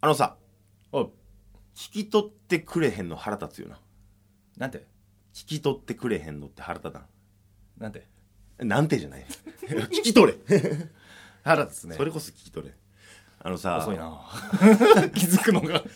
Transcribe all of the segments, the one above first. あのさおう聞き取ってくれへんの腹立つよななんて聞き取ってくれへんのって腹立たなんてんなんてじゃ ない聞き取れ、腹立つね それこそ聞き取れあのさ遅いな 気づくのが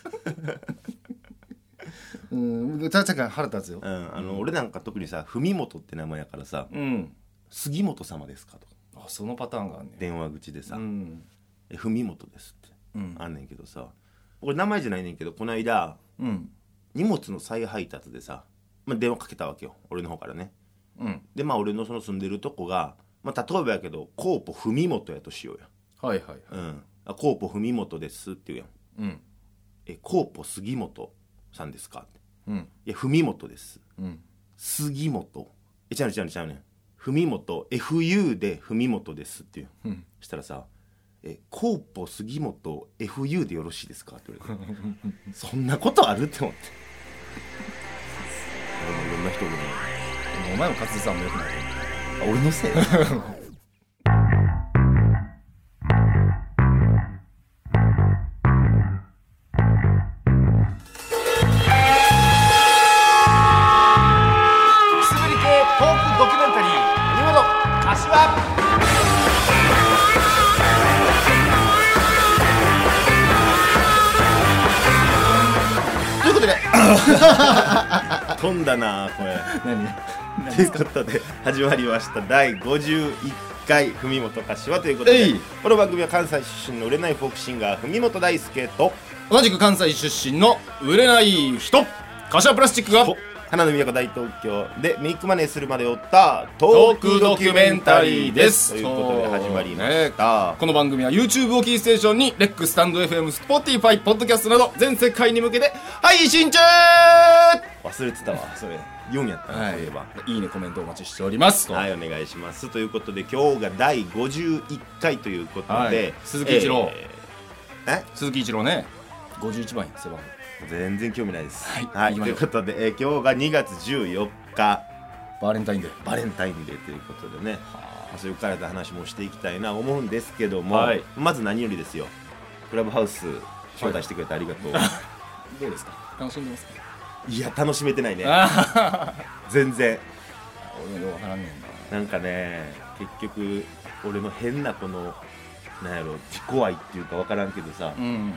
うん確かに腹立つようん、あの俺なんか特にさ文元って名前やからさうん「杉本様ですか?」とかあそのパターンがあんね電話口でさうん「え文元です」ってうんあんねんけどさ俺名前じゃないねんけどこの間うん荷物の再配達でさ、まあ、電話かけたわけよ俺の方からねうんでまあ俺のその住んでるとこが、まあ、例えばやけどコーポ文元やとしようやはいはいはいうんあコーポ文元ですって言うやんうんえコーポ杉本さんですかってうんいや文元ですうん杉本えちゃうねんちゃうねんちゃうねん文元 FU で文元ですって言うやんうんしたらさ「えコーポ杉本 FU でよろしいですか?」って言われ てそんなことあるって思って俺もいろんな人おるお前も滑舌あんまよくないなあ俺のせいくすぶり系トークドキュメンタリー「animado 柏ということで飛んだなこれ。」何ということで始まりました第51回「文元柏」ということえでいこの番組は関西出身の売れないフォークシンガー文元大輔と同じく関西出身の売れない人柏プラスチックがお花の都大東京でメイクマネーするまで追ったトークドキュメンタリーですということで始まりました、この番組は YouTube をキーステーションにレックスタンド FM、Spotify、ポッドキャストなど全世界に向けて配信中忘れてたわそれ4やったな、そういえばいいねコメントお待ちしておりますと、はいお願いしますということで今日が第51回ということで、はい鈴木一郎えーえ鈴木一郎ね51番や背番号全然興味ないです。はいと行きまいうしょうことで、えー今日が2月14日、バレンタインデーバレンタインデーということでね、まあそういうかられた話もしていきたいな思うんですけども、はいまず何よりですよ、クラブハウス招待してくれてありがとう。どうですか楽しんでますかい、や、楽しめてないね、あ全然。あ俺もようわからんねんななんかね、結局、俺の変なこの、なんやろ、自己愛っていうか分からんけどさ、うん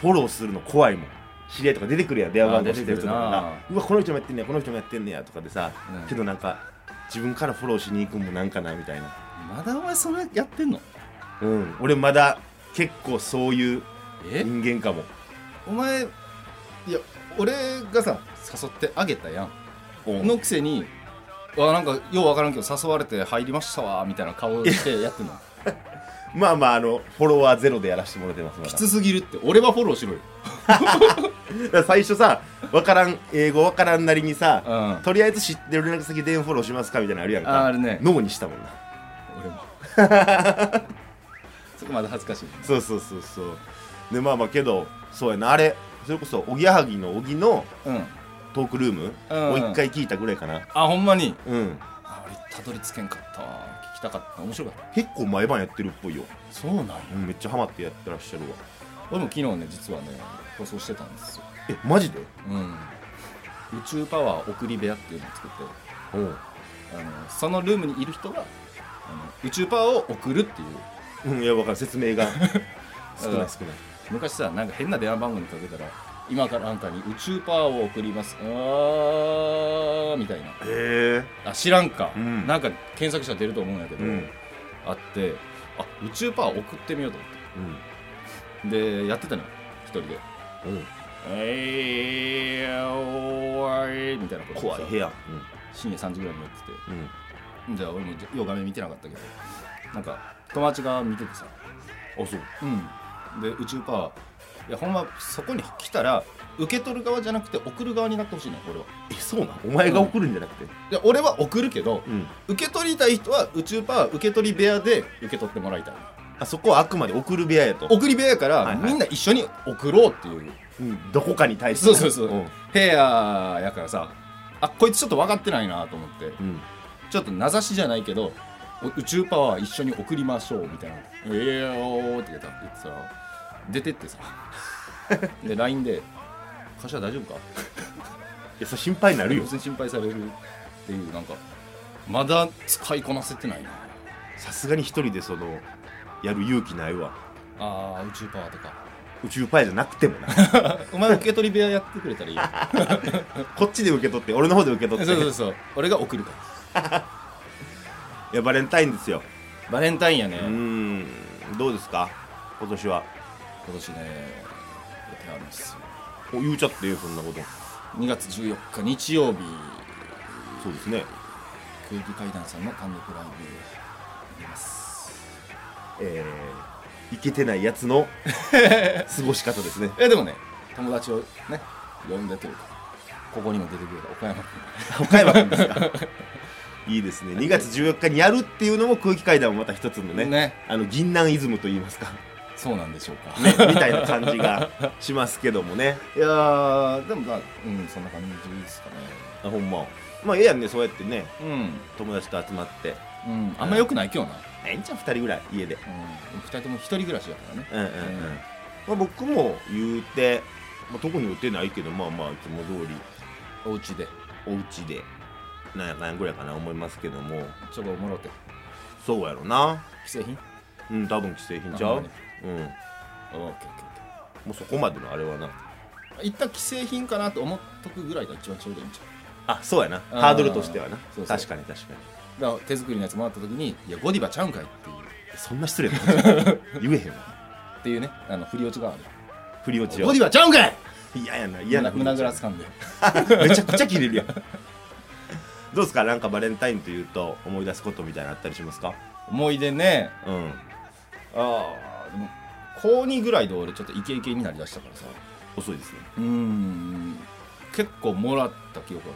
フォローするの怖いもん。知り合いとか出てくるやん電話番号あー知ってる人とか出てくるがなうわこの人もやってんねやこの人もやってんねやとかでさ、うんけどなんか自分からフォローしに行くんもなんかなみたいなまだお前それやってんのうん俺まだ結構そういうえ人間かもお前いや俺がさ誘ってあげたやんうんのくせにわなんかようわからんけど誘われて入りましたわみたいな顔してやってんのまあまああのフォロワーゼロでやらせてもらってますまきだつすぎるって俺はフォローしろよだから最初さ分からん英語分からんなりにうさ、んとりあえず知ってる連絡先電話フォローしますかみたいなのあるやんかあーあるね脳にしたもんな俺 もそこまで恥ずかしいそうそうそうそうでまあまあけどそうやなあれそれこそおぎやはぎの小木のうんトークルームうんを一回聞いたぐらいかなあほんまにうんあ俺たどり着けんかったわ聞きたかった面白かった結構毎晩やってるっぽいよ、そうなんやうん、めっちゃハマってやってらっしゃるわ俺も昨日ね実はね放送してたんですよえマジでうん宇宙パワー送り部屋っていうのを作っておうあのそのルームにいる人があの宇宙パワーを送るっていううんいや分かる説明が 少うない少なんい昔さなんか変な電話番号にかけたら今からあんたに宇宙パワーを送りますあーみたいなへえあ知らんか、うんなんか検索したら出ると思うんやけど、うんあってあ宇宙パワー送ってみようと思ってでやってたのよ一人でうんうん「えー、おーい」みたいなこと怖いさ部屋深夜3時ぐらいにやっててうんうんじゃあ俺もよう画面見てなかったけどなんか友達が見ててさあそううんで宇宙パワーいやほんまそこに来たら受け取る側じゃなくて送る側になってほしいね俺はえそうなんお前が送るんじゃなくてで俺は送るけどうん受け取りたい人は宇宙パワー受け取り部屋で受け取ってもらいたいあそこはあくまで送る部屋やと、送り部屋から、はいはいみんな一緒に送ろうっていううん、どこかに対してそうそうそう、うん部屋やからさあこいつちょっと分かってないなと思ってうんちょっと名指しじゃないけどお宇宙パワー一緒に送りましょうみたいな「ええよ」って言ったら言ってたら出てってさで LINE で「柏大丈夫か?」やそれ心配になるよ別に心配されるっていうなんかまだ使いこなせてないなさすがに一人でそのやる勇気ないわあー宇宙パワーとか宇宙パイじゃなくてもな お前受け取り部屋やってくれたらいいよこっちで受け取って俺の方で受け取そうってそうそう俺が送るからいやバレンタインですよバレンタインやね、うーんどうですか今年は今年ね予定あるんですよお言うちゃってええそんなこと2月14日日曜日そうですね空気階段さんの単独ライブ出ますえー、いけてないやつ の過ごし方ですねえでもね友達をね呼んでというかここにも出てくれた岡山君岡山君ですかいいですね2月14日にやるっていうのも空気階段もまた一つのね ねあの銀杏イズムと言いますか、そうなんでしょうかね、みたいな感じがしますけどもねいやーでもまあうんそんな感じですかねあほんままあええやんねそうやってねうん友達と集まってうん、あんま良くない今日な、ええんちゃう2人ぐらい家でうん、2人とも一人暮らしやからねうんうんうん、まあ、僕も言うて、まあ、特に言ってないけどまあまあいつも通りお家でお家でなんやかんやぐらいかな思いますけどもちょこもろてそうやろな既製品うん多分既製品ちゃあほんうまうんオッケーオッケーもうそこまでのあれはなオッケー一旦既製品かなと思っとくぐらいが一番ちょうどいいんちゃあそうやなうんハードルとしてはなそうそう確かに確かにうだから手作りのやつもらった時にいやゴディバちゃうんかいっていうそんな失礼なこと言えへん わっていうねあの振り落ちがある振り落ちゴをディバちゃうんかい嫌やな嫌な振り胸落ぐちらつかんでめちゃくちゃ切れるやん どうですかなんかバレンタインというと思い出すことみたいなのあったりしますか思い出ねうんああでも高2ぐらいで俺ちょっとイケイケになりだしたからさ遅いですねうーん結構もらった記憶あ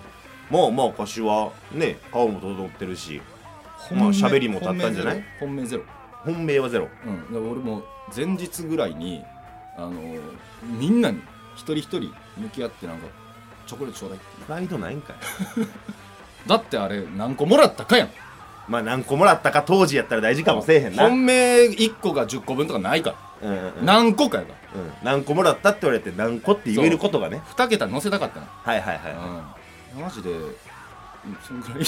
るもうまあ昔はね顔も整ってるしまあ本命喋りも立ったんじゃない本命ゼロ本命はゼロ本命ゼロ、うん、で俺も前日ぐらいにあのーみんなに一人一人向き合ってなんかチョコレートちょうだいってプライドないんかい だってあれ何個もらったかやんまあ何個もらったか当時やったら大事かもせえへんな、うん本命1個が10個分とかないから、うんうん何個かやかうん何個もらったって言われて何個って言えることがねら2桁乗せたかったのはいはいはうん、マジで、うんそんぐらい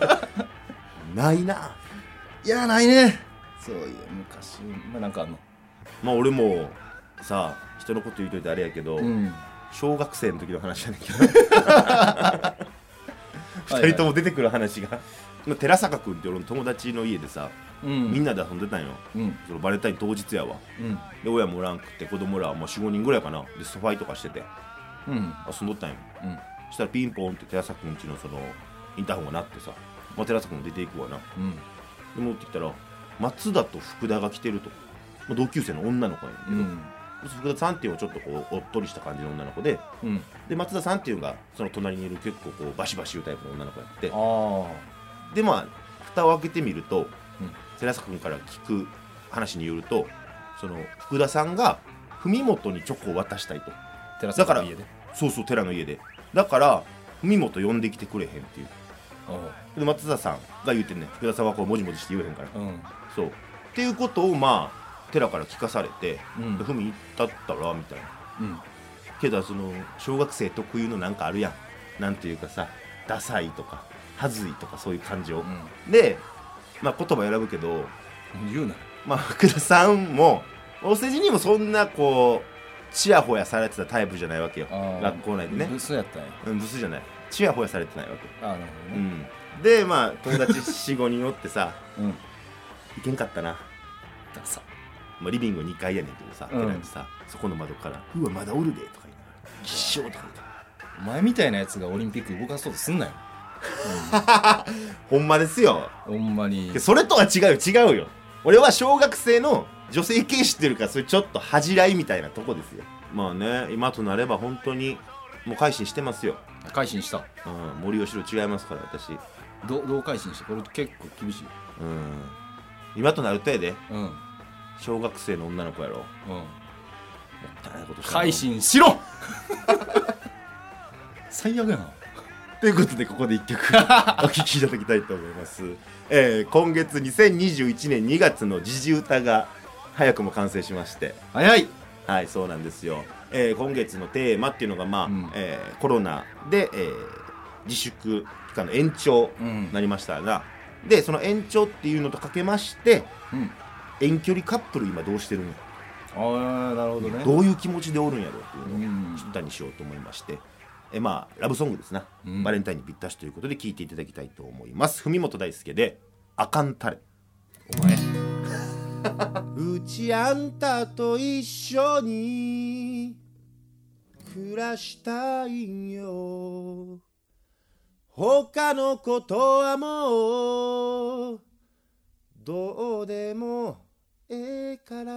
だな。いないないや、ないね。そういや、昔、まあ、なんかあの、まあ俺もさあ人のこと言うといてあれやけど、うん、小学生の時の話やねんけ どはい2人とも出てくる話がまあ寺坂君って俺の友達の家でさ、うん、みんなで遊んでたんようん、そのバレンタイン当日やわうん、で親もおらんくって子供らはもう45人ぐらいかなでソファイとかしててうん、遊んどったんようん、そしたらピンポンって寺坂君ちのそのインターホンが鳴ってさ、まあ、寺坂君出ていくわなうん、で戻ってきたら松田と福田が来てると、まあ同級生の女の子やねんけうど、ん、福田さんっていうのはちょっとこうおっとりした感じの女の子でうん、で松田さんっていうのがその隣にいる結構こうバシバシ言うタイプの女の子やってああ、でまあ蓋を開けてみると、うん寺坂君から聞く話によるとその福田さんが文元にチョコを渡したいとテラスだからの家で。そうそう寺の家でだから文元呼んできてくれへんっていうあで松田さんが言うてんね福田さんはこうもじもじして言えへんからあ、うん、そうっていうことをまあ寺から聞かされてう「んで文行ったったら?」みたいなうん、けどその小学生特有のなんかあるやんなんていうかさダサいとかはずいとかそういう感情、で、まあ、言葉選ぶけど、うん、言うな。まあ、福田さんもお世辞にもそんなこうちやほやされてたタイプじゃないわけよああ学校内でねブスやったんや。うんブスじゃないちやほやされてないわけ、ああ、なるほどうね。ん、でまあ友達45人おってさうん、いけんかったな、ダサ。まあ、リビング2階やねんけどさ、うん寺にさそこの窓から「うわまだおるで」とか言いながら「吉祥」とか言ってお前みたいなやつがオリンピック動かそうとすんなよ。ほんまですよほんまにで。それとは違うよ違うよ俺は小学生の女性軽視っていうかそれちょっと恥じらいみたいなとこですよまあね今となれば本当にもう改心してますよ、改心した。うん、森吉郎違いますから私どう、どう改心した。これ結構厳しい。うん今となるとやでうん、うん。小学生の女の子やろもったいないことしたな改心しろ 最悪やなということでここで一 曲お聴きいただきたいと思います、えー今月2021年2月の時事歌が早くも完成しまして早いはいそうなんですよ、えー今月のテーマっていうのがまあ、うんえーコロナで、えー自粛期間の延長うんになりましたが、でその延長っていうのとかけましてうん遠距離カップル今どうしてるんやああなるほどねどういう気持ちでおるんやろうっていうのうんを歌にしようと思いまして、えまあラブソングですな、うんバレンタインにぴったしということで聞いていただきたいと思います文本大輔で「あかんたれ」お前うちあんたと一緒に暮らしたいんよ他のことはもうどうでもええから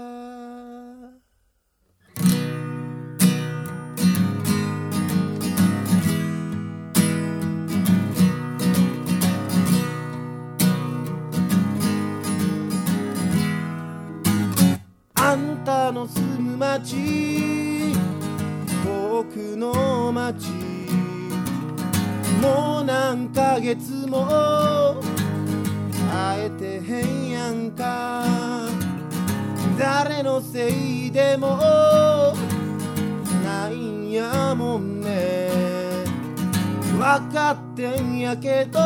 あんたの住む町僕の町もう何ヶ月も会えてへんやんか誰のせいでもないんやもんね分かってんやけど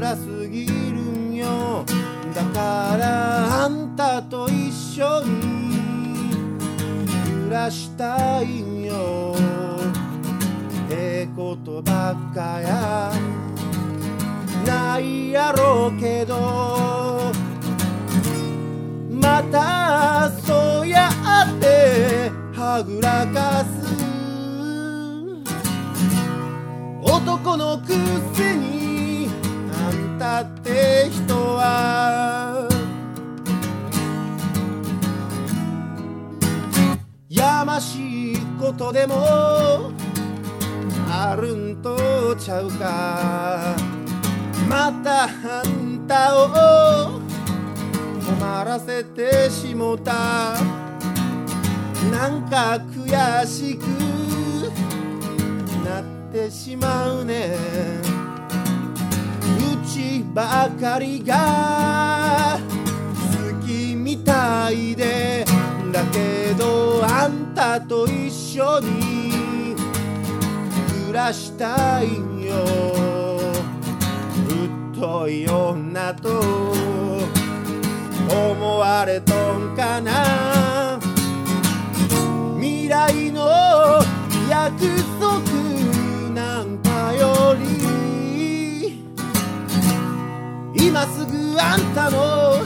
辛すぎるんよだからあんたと一緒に暮らしたいんよええことばっかやないやろうけどまたそうやってはぐらかす男のくせにあんたって人はやましいことでもあるんとちゃうかまたあんたを困らせてしもたなんか悔しくなってしまうねうちばかりが好きみたいでだけどあんたと一緒に暮らしたいよ太い女と思われとんかな未来の約束なんかより今すぐあんたの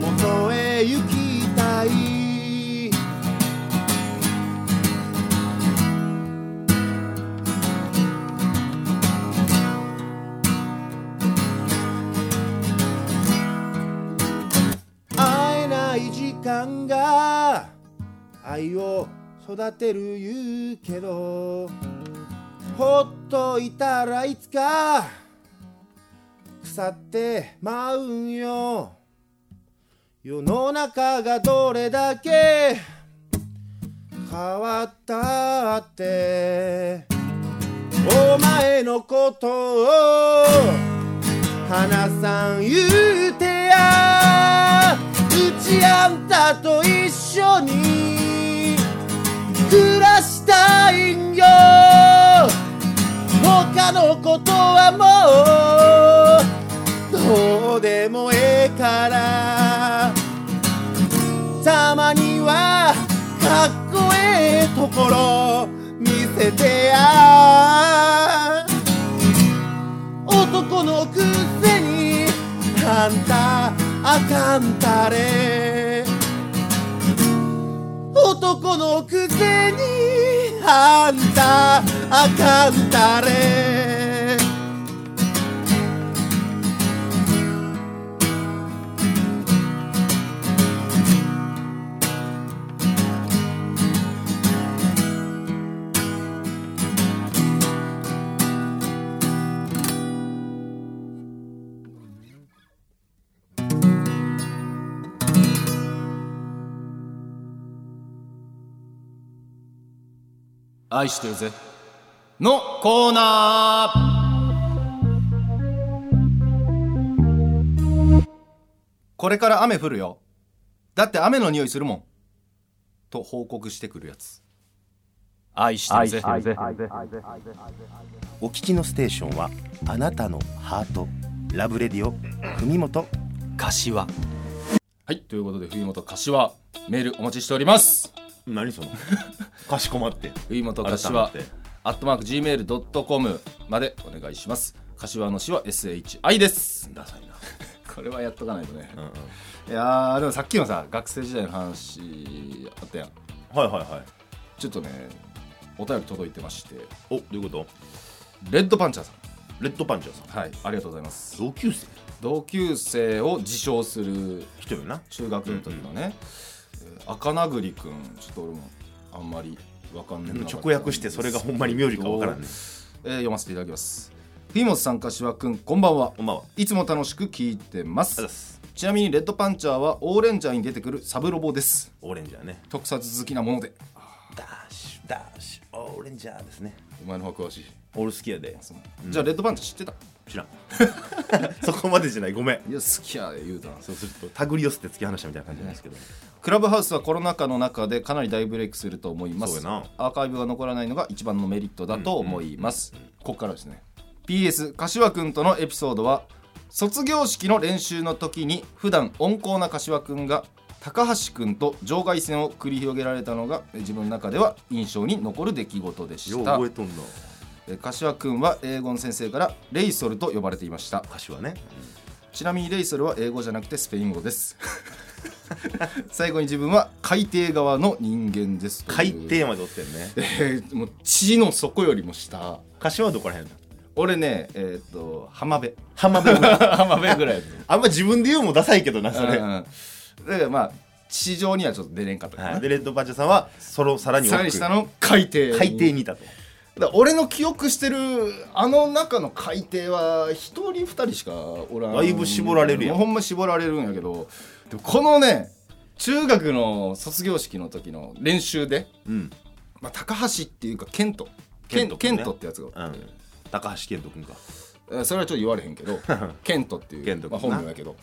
元へ行きたい会えない時間が愛を育てる言うけどほっといたらいつか腐ってまうんよ世の中がどれだけ変わったってお前のことを花さん言うてやうちあんたと一緒に暮らしたいんよ他のことはもうどうでもええからたまにはかっこええところ見せてや男のくせにあんたあかんたれ男のくせにあんたあかんたれ愛してるぜのコーナーこれから雨降るよだって雨の匂いするもんと報告してくるやつ愛してる愛ぜしてるぜお聞きのステーションはあなたのハートラブレディオ文元柏はいということで冬本柏メールお待ちしております何 そのかしこまって冬本柏アットマーク Gmail.com までお願いします柏の詩は SHI ですダサい な、これはやっとかないとねうんうん、はいいやーでもさっきのさ学生時代の話あったやんはいはいちょっとねお便り届いてましておどういうことレッドパンチャーさレッドパンチャーさんんはいありがとうございます同級生同級生を自称する人よな中学の時のね、えー赤なぐりくんちょっと俺もあんまりわかんない直訳してそれがほんまに名字かわからんねえー読ませていただきます冬本さん柏くんこんばんはこんばんはいつも楽しく聞いてますすちなみにレッドパンチャーはオーレンジャーに出てくるサブロボですオレンジャーね特撮好きなものでダッシュダッシュオレンジャーですねお前の方が詳しい俺好きやでそのじゃあレッドパンチャー知ってた知らん そこまでじゃないごめんいや好きや言うたなそうすると手繰り寄せて突き放したみたいな感じなんですけど、クラブハウスはコロナ禍の中でかなり大ブレイクすると思いますそうやなアーカイブが残らないのが一番のメリットだと思います、ここからですね PS 柏くんとのエピソードは卒業式の練習の時に普段温厚な柏くんが高橋くんと場外戦を繰り広げられたのが自分の中では印象に残る出来事でよしうた覚えとんのえ柏くんは英語の先生からレイソルと呼ばれていました歌詞はねちなみにレイソルは英語じゃなくてスペイン語です 最後に自分は海底側の人間ですという海底までおってんねえーもう地の底よりも下歌詞はどこらへんだ俺ねえーっと浜辺浜辺ぐらい 浜辺ぐらいやあんま自分で言うのもダサいけどな それ、うん、だからまあ地上にはちょっと出れんかったかな、はい、でレッドパンチャーさんはそのさらに奥さらに下の海底海底にいたとだから俺の記憶してるあの中の海底は1人2人しかおらんだいぶ絞られるやんほんま絞られるんやけどでもこのね中学の卒業式の時の練習で、うん、まあ、高橋っていうかケントケント,、ケント君ねってやつがうん、高橋健人君かえそれはちょっと言われへんけ どケントっていう健人まあ、君本な名やけど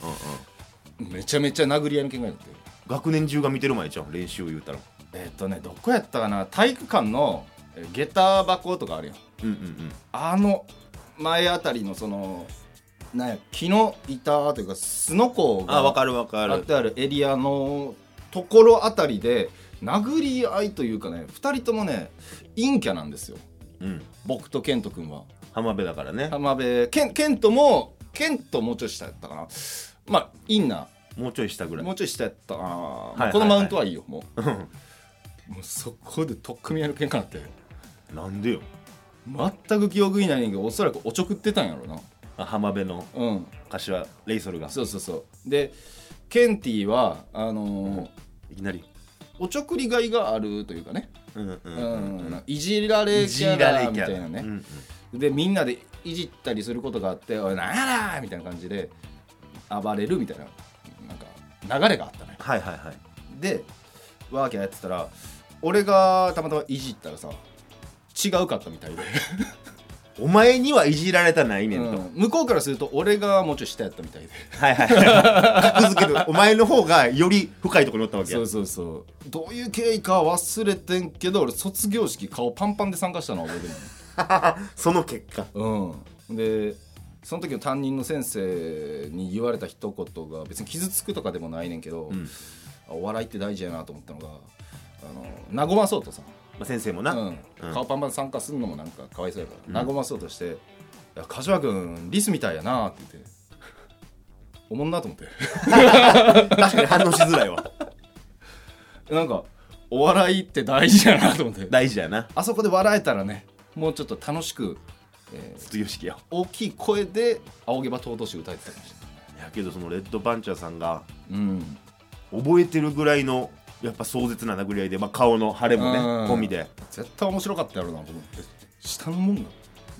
うんうんめちゃめちゃ殴り合いの喧嘩になって学年中が見てる前じゃん練習を言うたらえーっ、とねどこやったかな体育館のえー下駄箱とかあるやんうんうんうんあの前あたりのそのなんや木の板というかすのこがあ分かる分かあっるてあるエリアのところあたりで殴り合いというかね2人ともね陰キャなんですようん僕と健人君は浜辺だからね浜辺健健人も健人もうちょい下やったかなまあ陰なもうちょい下ぐらいもうちょい下やったかな、いまあはいこのマウントはいいよもううんもうそこで取っ組み合いの喧嘩になってなんでよ全く記憶にないねんけどおそらくおちょくってたんやろなあ浜辺のうん柏レイソルがそうそうそうでケンティはあのーいきなりおちょくりがいがあるというかね、うんうんううんんいじられキャラみたいなうんうね、んでみんなでいじったりすることがあって「おいなんやら!」みたいな感じで暴れるみたいななんか流れがあったねはいはいはいでワーキャーやってたら俺がたまたまいじったらさ違うかったみたいで、お前にはいじられたないねんと、 うん向こうからすると俺がもうちょい下やったみたいではいはいはい格付けてお前の方がより深いところにおったわけやそうそうそうどういう経緯かは忘れてんけど俺卒業式顔パンパンで参加したのは覚えてるその結果のうんでその時の担任の先生に言われた一言が別に傷つくとかでもないねんけど、んあお笑いって大事やなと思ったのがあの和まそうとさ、まあ、先生もな、うんうん顔パンパンで参加するのもなんかかわいそうやから、和まそうとして「いや柏君リスみたいやな」って言っておもんなと思って。確かに反応しづらいわなんかお笑いって大事やなと思って大事やなあそこで笑えたらねもうちょっと楽しく、えー卒業式や大きい声で「仰げば尊し」歌えてたかもしれないいやけどそのレッドパンチャーさんがうん覚えてるぐらいのやっぱ壮絶な殴り合いで、まあ、顔の腫れもねうん込みで絶対面白かったやろうなと思って下のもんが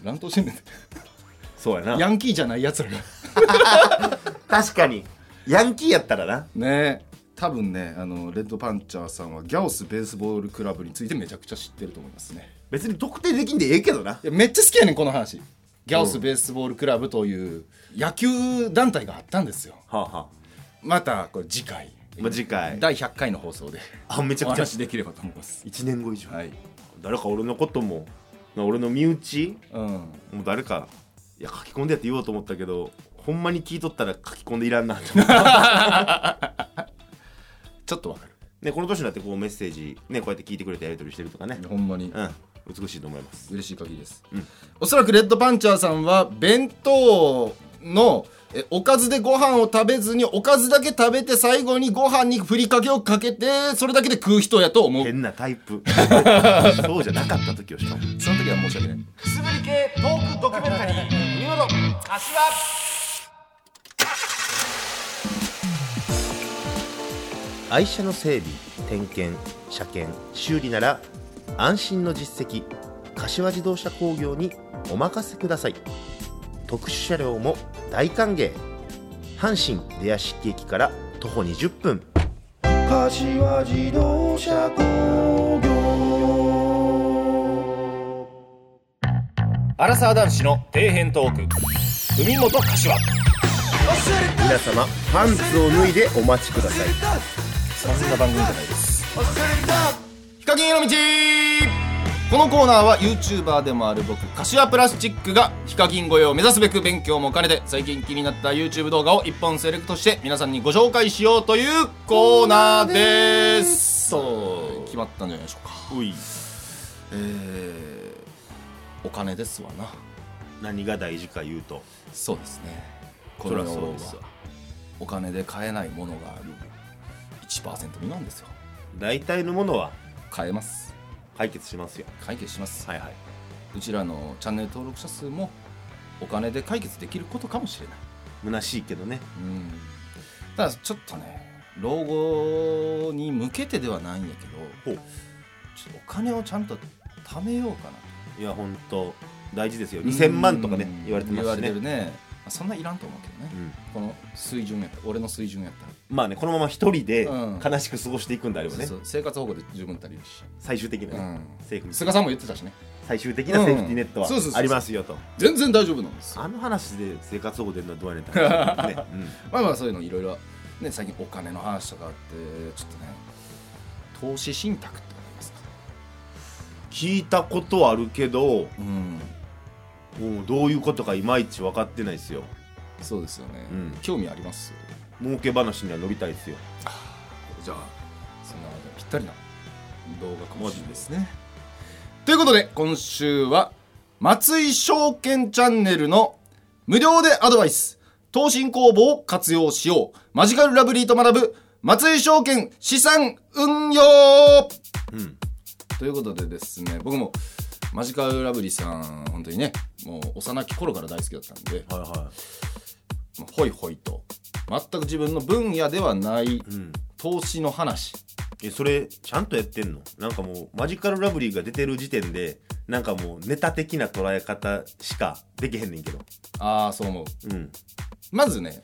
乱闘してんねんてそうやなヤンキーじゃないやつらが確かにヤンキーやったらな ねえ多分ねあのレッドパンチャーさんはギャオスベースボールクラブについてめちゃくちゃ知ってると思いますね別に特定できんでええけどないやめっちゃ好きやねんこの話ギャオスベースボールクラブという野球団体があったんですよはあはあまたこれ次回ぜまあひ次回第100回の放送であめちゃおくちゃ話できればと思います1年後以上、はい誰か俺のこともまあ俺の身内うんもう誰かいや書き込んでやって言おうと思ったけどほんまに聞いとったら書き込んでいらんなって思った、ちょっとわかるね、この年になってこうメッセージ、ね、こうやって聞いてくれてやり取りしてるとかね、ほんまにうん、美しいと思います嬉しい限りです、うんおそらくレッドパンチャーさんは弁当のえおかずでご飯を食べずにおかずだけ食べて最後にご飯にふりかけをかけてそれだけで食う人やと思う変なタイ プそうじゃなかった時をしかもその時は申し訳ないくすぶり系トークドキュメンタリー「見事柏」愛車の整備点検車検修理なら安心の実績柏自動車工業にお任せください特殊車両も大歓迎阪神出屋敷駅から徒歩20分柏自動車工業アラサー男子の底辺トーク海本柏皆様パンツを脱いでお待ちくださいそんな番組じゃないですヒカキンへの道このコーナーは YouTuber でもある僕柏プラスチックがヒカキン越えを目指すべく勉強も兼ねて最近気になった YouTube 動画を1本セレクトして皆さんにご紹介しようというコーナーですそう決まったんじゃないでしょうかういえー、お金ですわな何が大事か言うとそうですねこそりれゃはそうですわお金で買えないものがある1%未満ですよ大体のものは買えます解決しますよ解決します、はいはいうちらのチャンネル登録者数もお金で解決できることかもしれない、虚しいけどねうん、ただちょっとね老後に向けてではないんやけほどうちょっとお金をちゃんと貯めようかないや本当大事ですよ2000万とかねうん言われてますし言われてねるね、まあそんないらんと思うけどね、うんこの水準やった俺の水準やったら、まあねこのまま一人でうん悲しく過ごしていくんであればそうねそう生活保護で十分足りるし、最終的なうねんセーフ菅さんも言ってたしね最終的なセーフティーネットはうんそうそうそうそうありますよと全然大丈夫なんですよあの話で生活保護出るのはどうやねんって話ね うんまあまあそういうのいろいろね最近お金の話とかあってちょっとね投資信託ってありますか聞いたことはあるけどうんもうどういうことかいまいち分かってないですよそうですよね、うん興味あります儲け話には乗りたいですよじゃあそんなぴったりな動画かもしれないですねということで今週は松井証券チャンネルの無料でアドバイス投信公募を活用しようマジカルラブリーと学ぶ松井証券資産運用うんということでですね僕もマジカルラブリーさん本当にねもう幼き頃から大好きだったんではいはまあホイホイと全く自分の分野ではないいうん投資の話えそれちゃんとやってんのなんかもうマジカルラブリーが出てる時点でなんかもうネタ的な捉え方しかできへんねんけどああそう思ううんまずね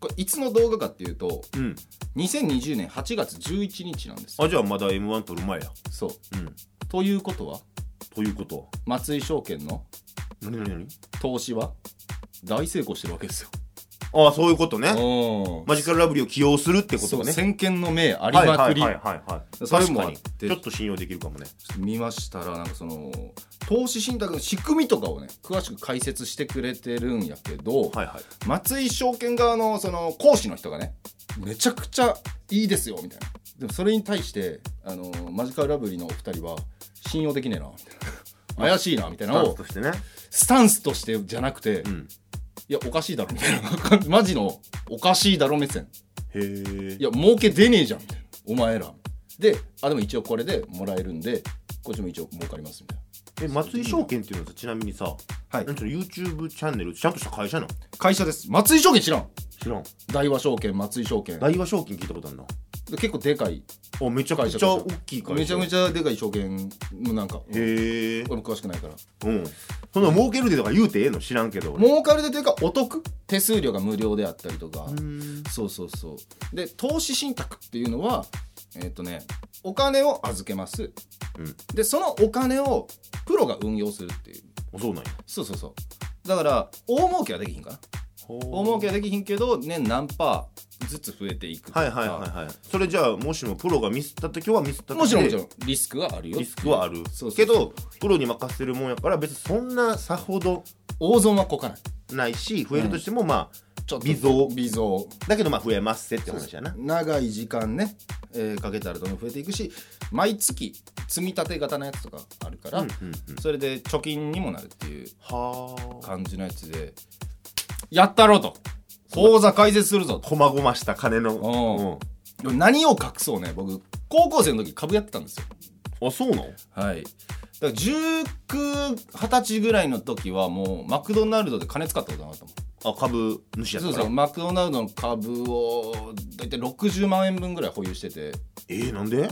これいつの動画かっていうとうん2020年8月11日なんですよあじゃあまだ m 1取る前やそううんということはということは松井証券の何何何投資は大成功してるわけですよああそういうことねおマジカルラブリーを起用するってことそうがね先見の明ありまくりはいはいはいはいはいそれもあっ確かてにちょっと信用できるかもね見ましたらなんかその投資信託の仕組みとかをね詳しく解説してくれてるんやけど、はいはい松井証券側のその講師の人がねめちゃくちゃいいですよみたいなでもそれに対してあのマジカルラブリーのお二人は信用できねえなみたいな怪しいなみたいなダのンスをとしてねスタンスとしてじゃなくて、うんいやおかしいだろみたいな感じマジのおかしいだろ目線へえいや儲け出ねえじゃんみたいなお前らであでも一応これでもらえるんでこっちも一応儲かりますみたいなえ松井証券っていうのはさちなみにさはいなんか YouTube チャンネルちゃんとした会社なの会社です松井証券知らん知らん大和証券松井証券で大和証券聞いたことあるな結構でかいあめちゃくちゃ大きい会社めちゃめちゃでかい証券のなんかへえ俺も詳しくないからうんそんな儲けるでとか言うてええの知らんけど儲かるでというかお得手数料が無料であったりとかうんそうそうそうで投資信託っていうのはえっ、とねお金を預けます、うんでそのお金をプロが運用するっていうあそうなんやそうそうそうだから大儲けはできひんかな大儲けはできひんけど年何パーずつ増えていくとかはいはいはいはいそれじゃあもしもプロがミスった時はミスった時でもちろんもちろんリスクはあるよリスクはあるそうそうそけうどプロに任せるもんやから別にそんなさほど大損はこかないないし増えるとしてもまあ、ちょっと微増微増だけどまあ増えますってって話やな長い時間ね、えーかけたらどんどん増えていくし毎月積み立て型のやつとかあるから、うんうんうんそれで貯金にもなるっていうはあ感じのやつでやったろうと口座開設するぞとこまごました金のおでも何を隠そうね僕高校生の時株やってたんですようんあそうなのはいだから1920歳ぐらいの時はもうマクドナルドで金使ったことなかったもんあ株主やそっうたそらうマクドナルドの株を大体60万円分ぐらい保有しててえー、なんで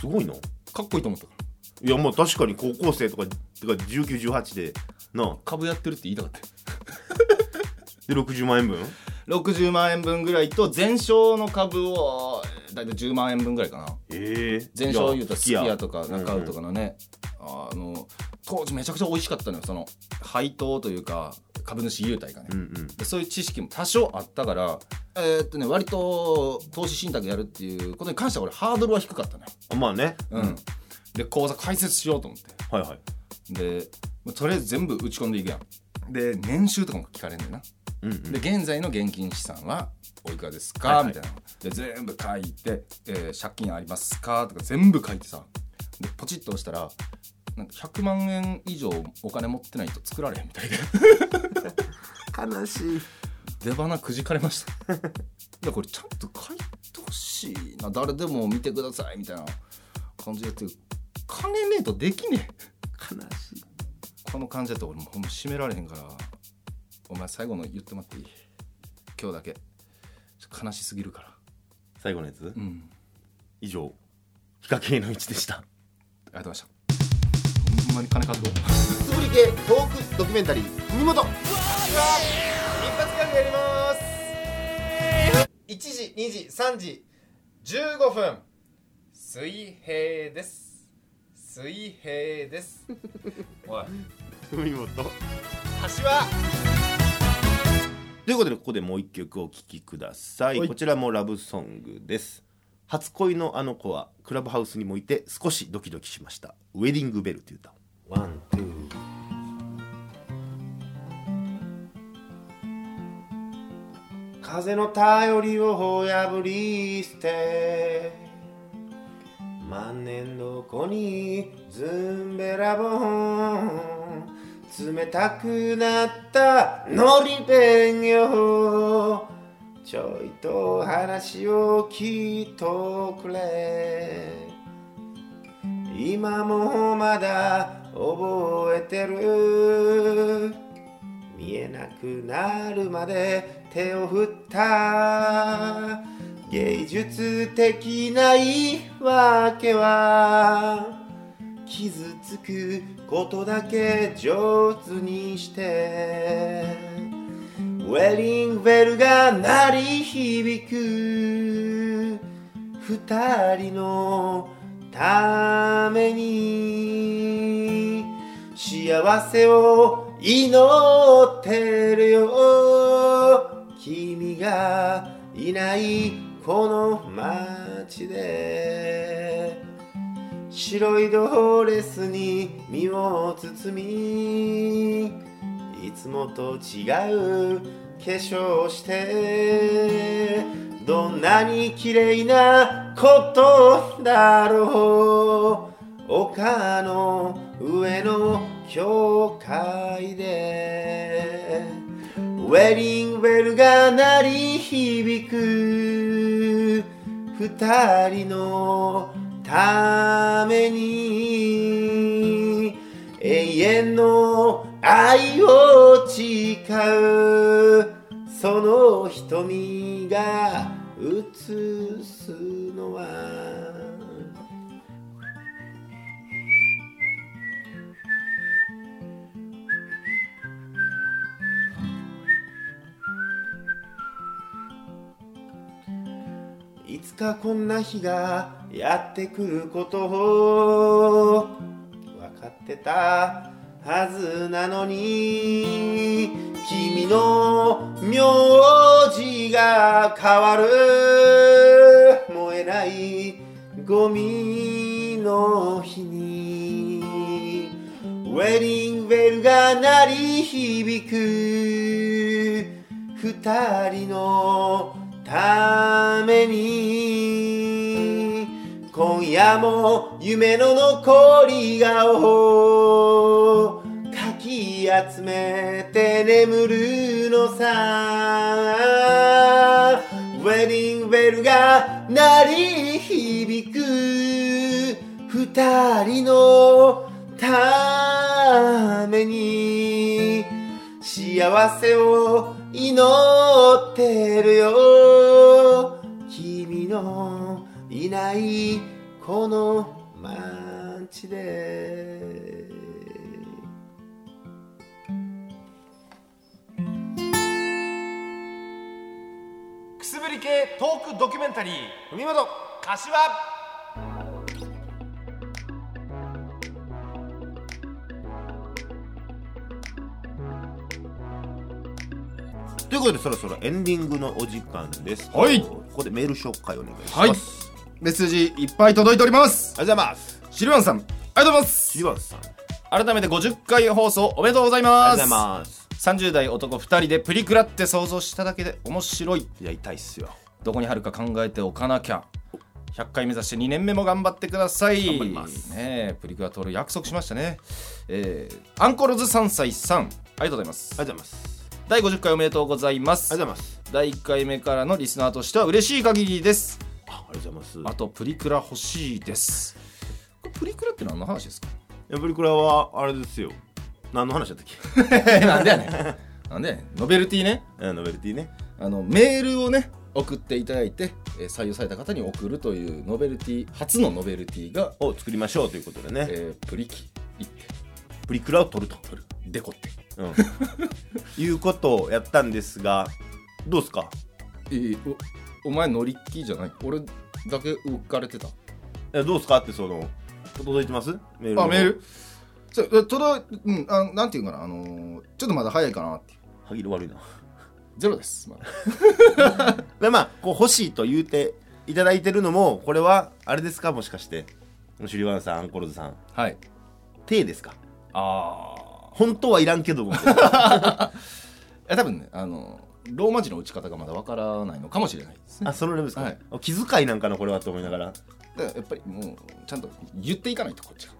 すごいのかっこいいと思ったからいやまあ確かに高校生とかてか1918でな株やってるって言いたかったよで60万円分60万円分ぐらいと全商の株をえー大体10万円分ぐらいかなええー、全商言うとス好キきやヤとか中ウとかのね、あの当時めちゃくちゃ美味しかったのよその配当というか株主優待がね、うんうんでそういう知識も多少あったからえーっとね割と投資信託やるっていうことに関しては俺ハードルは低かったのよあまあねうん、で口座開設しようと思ってはいはいでまあとりあえず全部打ち込んでいくやんで年収とかも聞かれんねんなうんうんで現在の現金資産はおいくらですか、はいはいみたいなで全部書いて、えー借金ありますかとか全部書いてさでポチッと押したらなんか100万円以上お金持ってないと作られへんみたいで 悲しい出花くじかれ ましたいやこれちゃんと書いてほしいな誰でも見てくださいみたいな感じでやってる金ねえとできねえ悲しいこの感じだと俺もうほんま締められへんからお前最後の言ってもらっていい今日だけちょっと悲しすぎるから最後のやつ、うん以上ヒカキンの一でしたありがとうございました。ほんまに金かと。つぶり系トークドキュメンタリー海本1時2時3時15分水平です水平ですおい海本橋はということでここでもう一曲お聴きください、こちらもラブソングです初恋のあの子はクラブハウスにもいて少しドキドキしましたウェディングベルっていう歌ワンツー風の頼りをほやぶり捨て万年の子にずんべらぼん冷たくなったのり弁よちょいと話を聞いとくれ今もまだ覚えてる見えなくなるまで手を振った芸術的な言い訳は傷つくことだけ上手にしてウェディングベルが鳴り響く二人のために幸せを祈ってるよ君がいないこの街で白いドレスに身を包みいつもと違う化粧をしてどんなに綺麗なことだろう丘の上の教会でウェディングベルが鳴り響く二人のために永遠の愛を誓うその瞳が映すのはいつかこんな日がやってくることを分かってたはずなのに君の名字が変わる燃えないゴミの日にウェディングベルが鳴り響く二人のために今夜も夢の残り顔をかき集めて眠るのさウェディングベルが鳴り響く二人のために幸せを祈ってるよ君のいないこの街でくすぶり系トークドキュメンタリー海本柏ということでそろそろエンディングのお時間ですはいここでメール紹介お願いします、はいありがとメッセージいっぱい届いておりますうございますシルワンさんありがとうございますリワンさんあり改めて50回放送おめでとうございがとうまごすざいます30代男2人でプリクラって想像しただけで面白いいや痛いっすよどこに貼るか考えておかなきゃ100回目指して2年目も頑張ってください頑張りますねえプリクラ撮る約束しましたね、えーアンコロズ3歳さんありがとうございますありがとうございます第50回おめでとうございますありがとうございます第1回目からのリスナーとしては嬉しい限りですあありがとうございまあすとプリクラ欲しいですこれプリクラって何の話 ですかやっぱりこれはあれですよ何の話だったっけなんでやねんなんでやねんノベルティねあノベルティねあのメールをね送っていただいて、えー採用された方に送るというノベルティ初のノベルティが、を作りましょうということでね、えープリキ一手プリクラを撮るとデコって、うん、いうことをやったんですがどうですかえーおお前乗り気じゃない俺だけ浮かれてたえどうですかってその届いてますメールのあ方メールそうえ届いうんあなんていうかなあのーちょっとまだ早いかなっていう歯切れ悪いなゼロです、まだでまあこう欲しいと言うていただいてるのもこれはあれですかもしかしてシリワンさんアンコロズさんはい手ですかあ本当はいらんけどもあ多分ねあのーローマ字の打ち方がまだわからないのかもしれないですねあそのレベルですか、はいお気遣いなんかなこれはと思いながらだからやっぱりもうちゃんと言っていかないとこっちが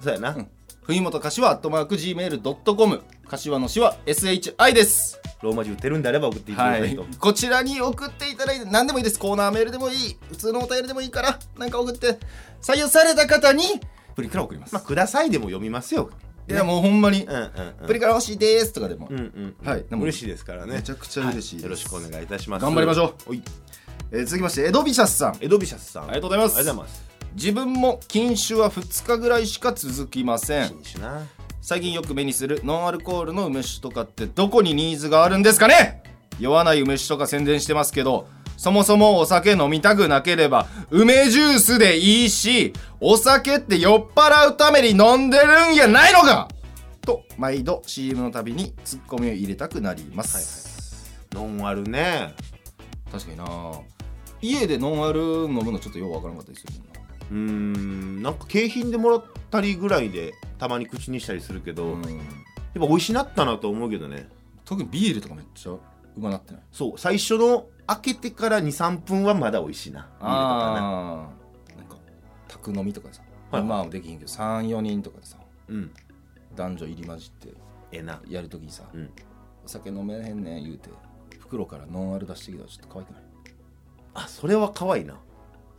そうやな、うん文本柏アットマーク Gmail.com 柏の詩は SHI です、ローマ字打ってるんであれば送っていただきたいと、こちらに送っていただいて何でもいいですコーナーメールでもいい普通のお便りでもいいからなんか送って採用された方にプリクラ送ります、まあくださいでも読みますよいやもうほんまに、うんうんうんプリクラ欲しいですとかでも、うんうんはいでも嬉しいですからねめちゃくちゃ嬉しいですよろしくお願いいたします頑張りましょうおいえー続きましてエドビシャスさんありエドビシャスさんあがとうございますありがとうございます自分も禁酒は2日ぐらいしか続きません禁酒な最近よく目にするノンアルコールの梅酒とかってどこにニーズがあるんですかね酔わない梅酒とか宣伝してますけどそもそもお酒飲みたくなければ梅ジュースでいいしお酒って酔っ払うために飲んでるんやないのかと毎度 CM のたびにツッコミを入れたくなります、ノンアルね確かにな家でノンアル飲むのちょっとようわからなかったですよねうーんなんか景品でもらったりぐらいでたまに口にしたりするけど、やっぱ美味しなったなと思うけどね特にビールとかめっちゃうまなってないそう最初の開けてから23分はまだ美味しいなああーなんか宅飲みとかでさ、はいまあできへんけど34人とかでさビールとかねうん男女入り混じってええなやるときにさ、うんお酒飲めへんねん言うて袋からノンアル出してきたらちょっと可愛くないあそれは可愛いな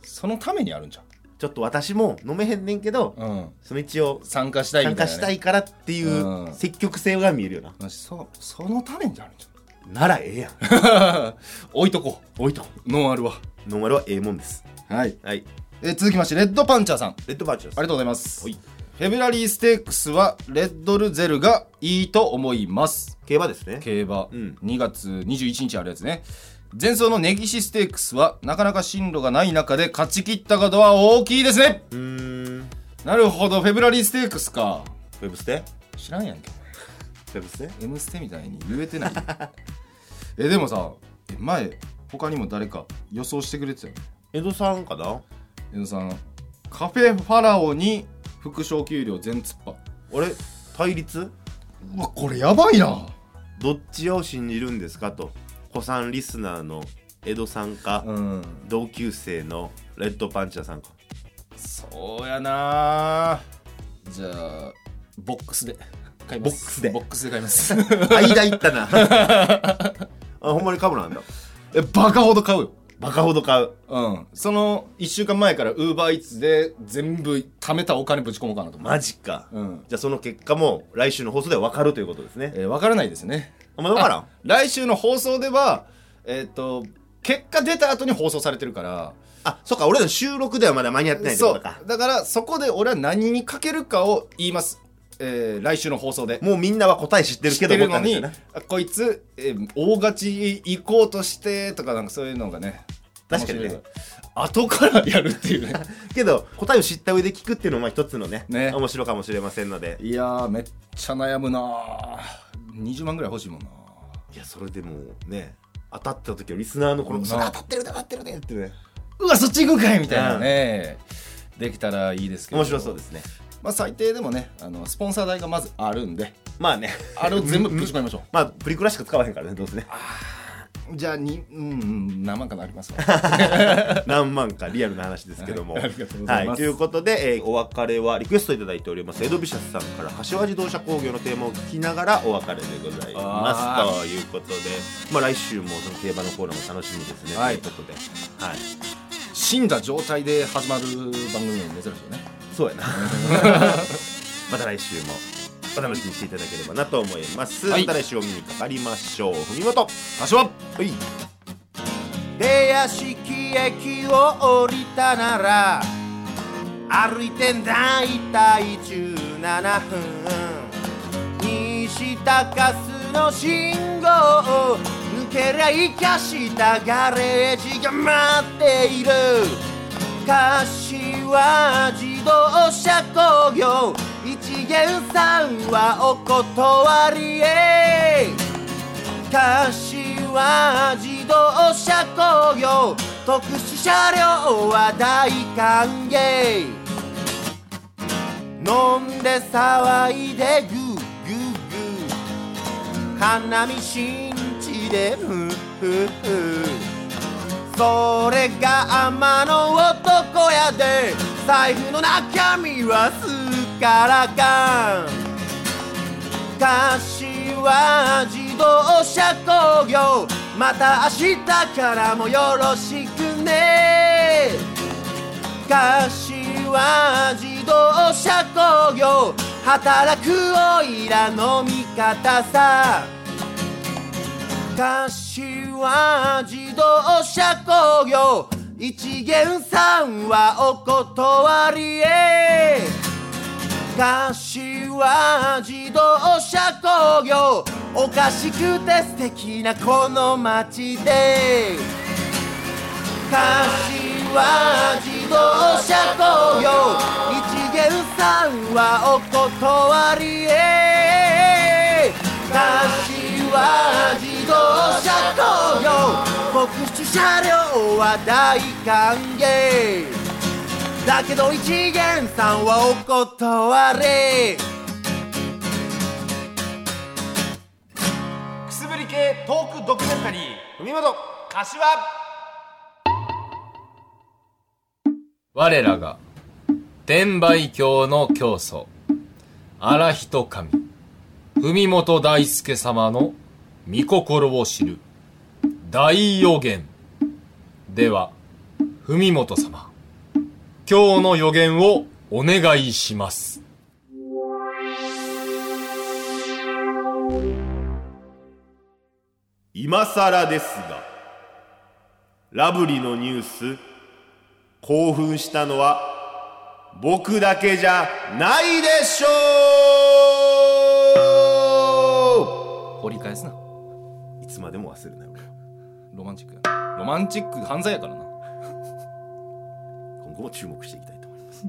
そのためにあるんじちょっと私も飲めへんねんけど、ゃん、うん、その一応参加したいみ参た加いな、ね、したいからっていううん積極性が見えるよな、マジそうそのためにあるんじならええやんゃん 置いとこおいとうノンアルはノンアルはええもんですはいはいえ続きましてレッドパンチャーさんレッドバーチュアスありがとうございますおいフェブラリーステークスはレッドルゼルがいいと思います競馬ですね競馬、うん2月21日あるやつね前走のネギシステークスはなかなか進路がない中で勝ち切ったことは大きいですねうーんなるほどフェブラリーステークスかウェブステ知らんやんけでもですね「M ステ」みたいに言えて ないよえでもさえ前他にも誰か予想してくれてたよね江戸さんかな江戸さんカフェファラオに副賞給料全突破あれ対立うわこれやばいなどっちを信じるんですかと子さんリスナーの江戸さんか、うん同級生のレッドパンチャー さんかそうやなじゃあボックスで買いまボすックスでボックスで買います 間いったな あほんまにカブなんだえバカほど買うよバカほど買ううんその1週間前からウーバーイーツで全部貯めたお金ぶち込もうかなと思うマジか、うんじゃあその結果も来週の放送では分かるということですねえー、分からないですねあんま分からん来週の放送ではえっ、と結果出た後に放送されてるからあそっか俺らの収録ではまだ間に合ってないってこそとうかだからそこで俺は何にかけるかを言います、えー来週の放送でもうみんなは答え知ってる知けっどてる僕のなんですに、よねあこいつ、えー大勝ち行こうとしてとかなんかそういうのがね確かにね面白いから後からやるっていうね けど答えを知った上で聞くっていうのもまあ一つのねね面白かもしれませんのでいやーめっちゃ悩むなー20万ぐらい欲しいもんないやそれでもね当たった時はリスナーのこのなそれ当たってるで当たってるでってねうわそっち行くんかいみたいなね、できたらいいですけど面白そうですねまあ最低でもねあのスポンサー代がまずあるんでまあね あれを全部ぶち込みましょまあプリクラしか使わへんからねどう せねうじゃあにうんうん何万かなりますわ 何万かリアルな話ですけども。はいありがとうございますはということで、えーお別れはリクエストいただいております。エドビシャスさんから柏自動車工業のテーマを聞きながらお別れでございあます。ということで、まあ来週もその競馬のコーナーも楽しみですね。はいということで、はい。死んだ状態で始まる番組も珍しいよねそう やな。また来週もお楽しみにしていただければなと思います。はいまた来週お見にかかりましょう。文元。柏はい。出屋敷駅を降りたなら歩いて大体17分西高須の信号を抜けりゃいかしたガレージが待っている柏自動車工業一元さんはお断りへ柏自動車工業特殊車両は大歓迎飲んで騒いでグーグーグー花見新地でフフフそれが天の男やで財布の中身はすっからかん柏自動車工業また明日からもよろしくね柏自動車工業働くおいらの味方さ柏自動車工業一元さんはお断りへ柏自動車工業おかしくて素敵なこの街で柏自動車工業一元さんはお断りへ柏自動車工業特殊車両は大歓迎だけど一元さんはお断りくすぶり系トークドキュメンタリー文元。柏我らが天売教の教祖荒人神文本大輔様の御心を知る大予言では文本様今日の予言をお願いします今更ですが、ラブリのニュース、興奮したのは、僕だけじゃないでしょ掘り返すなういつまでも忘れない。ロマンチックやなロマンチック犯罪やからな今後も注目していきたいと思います。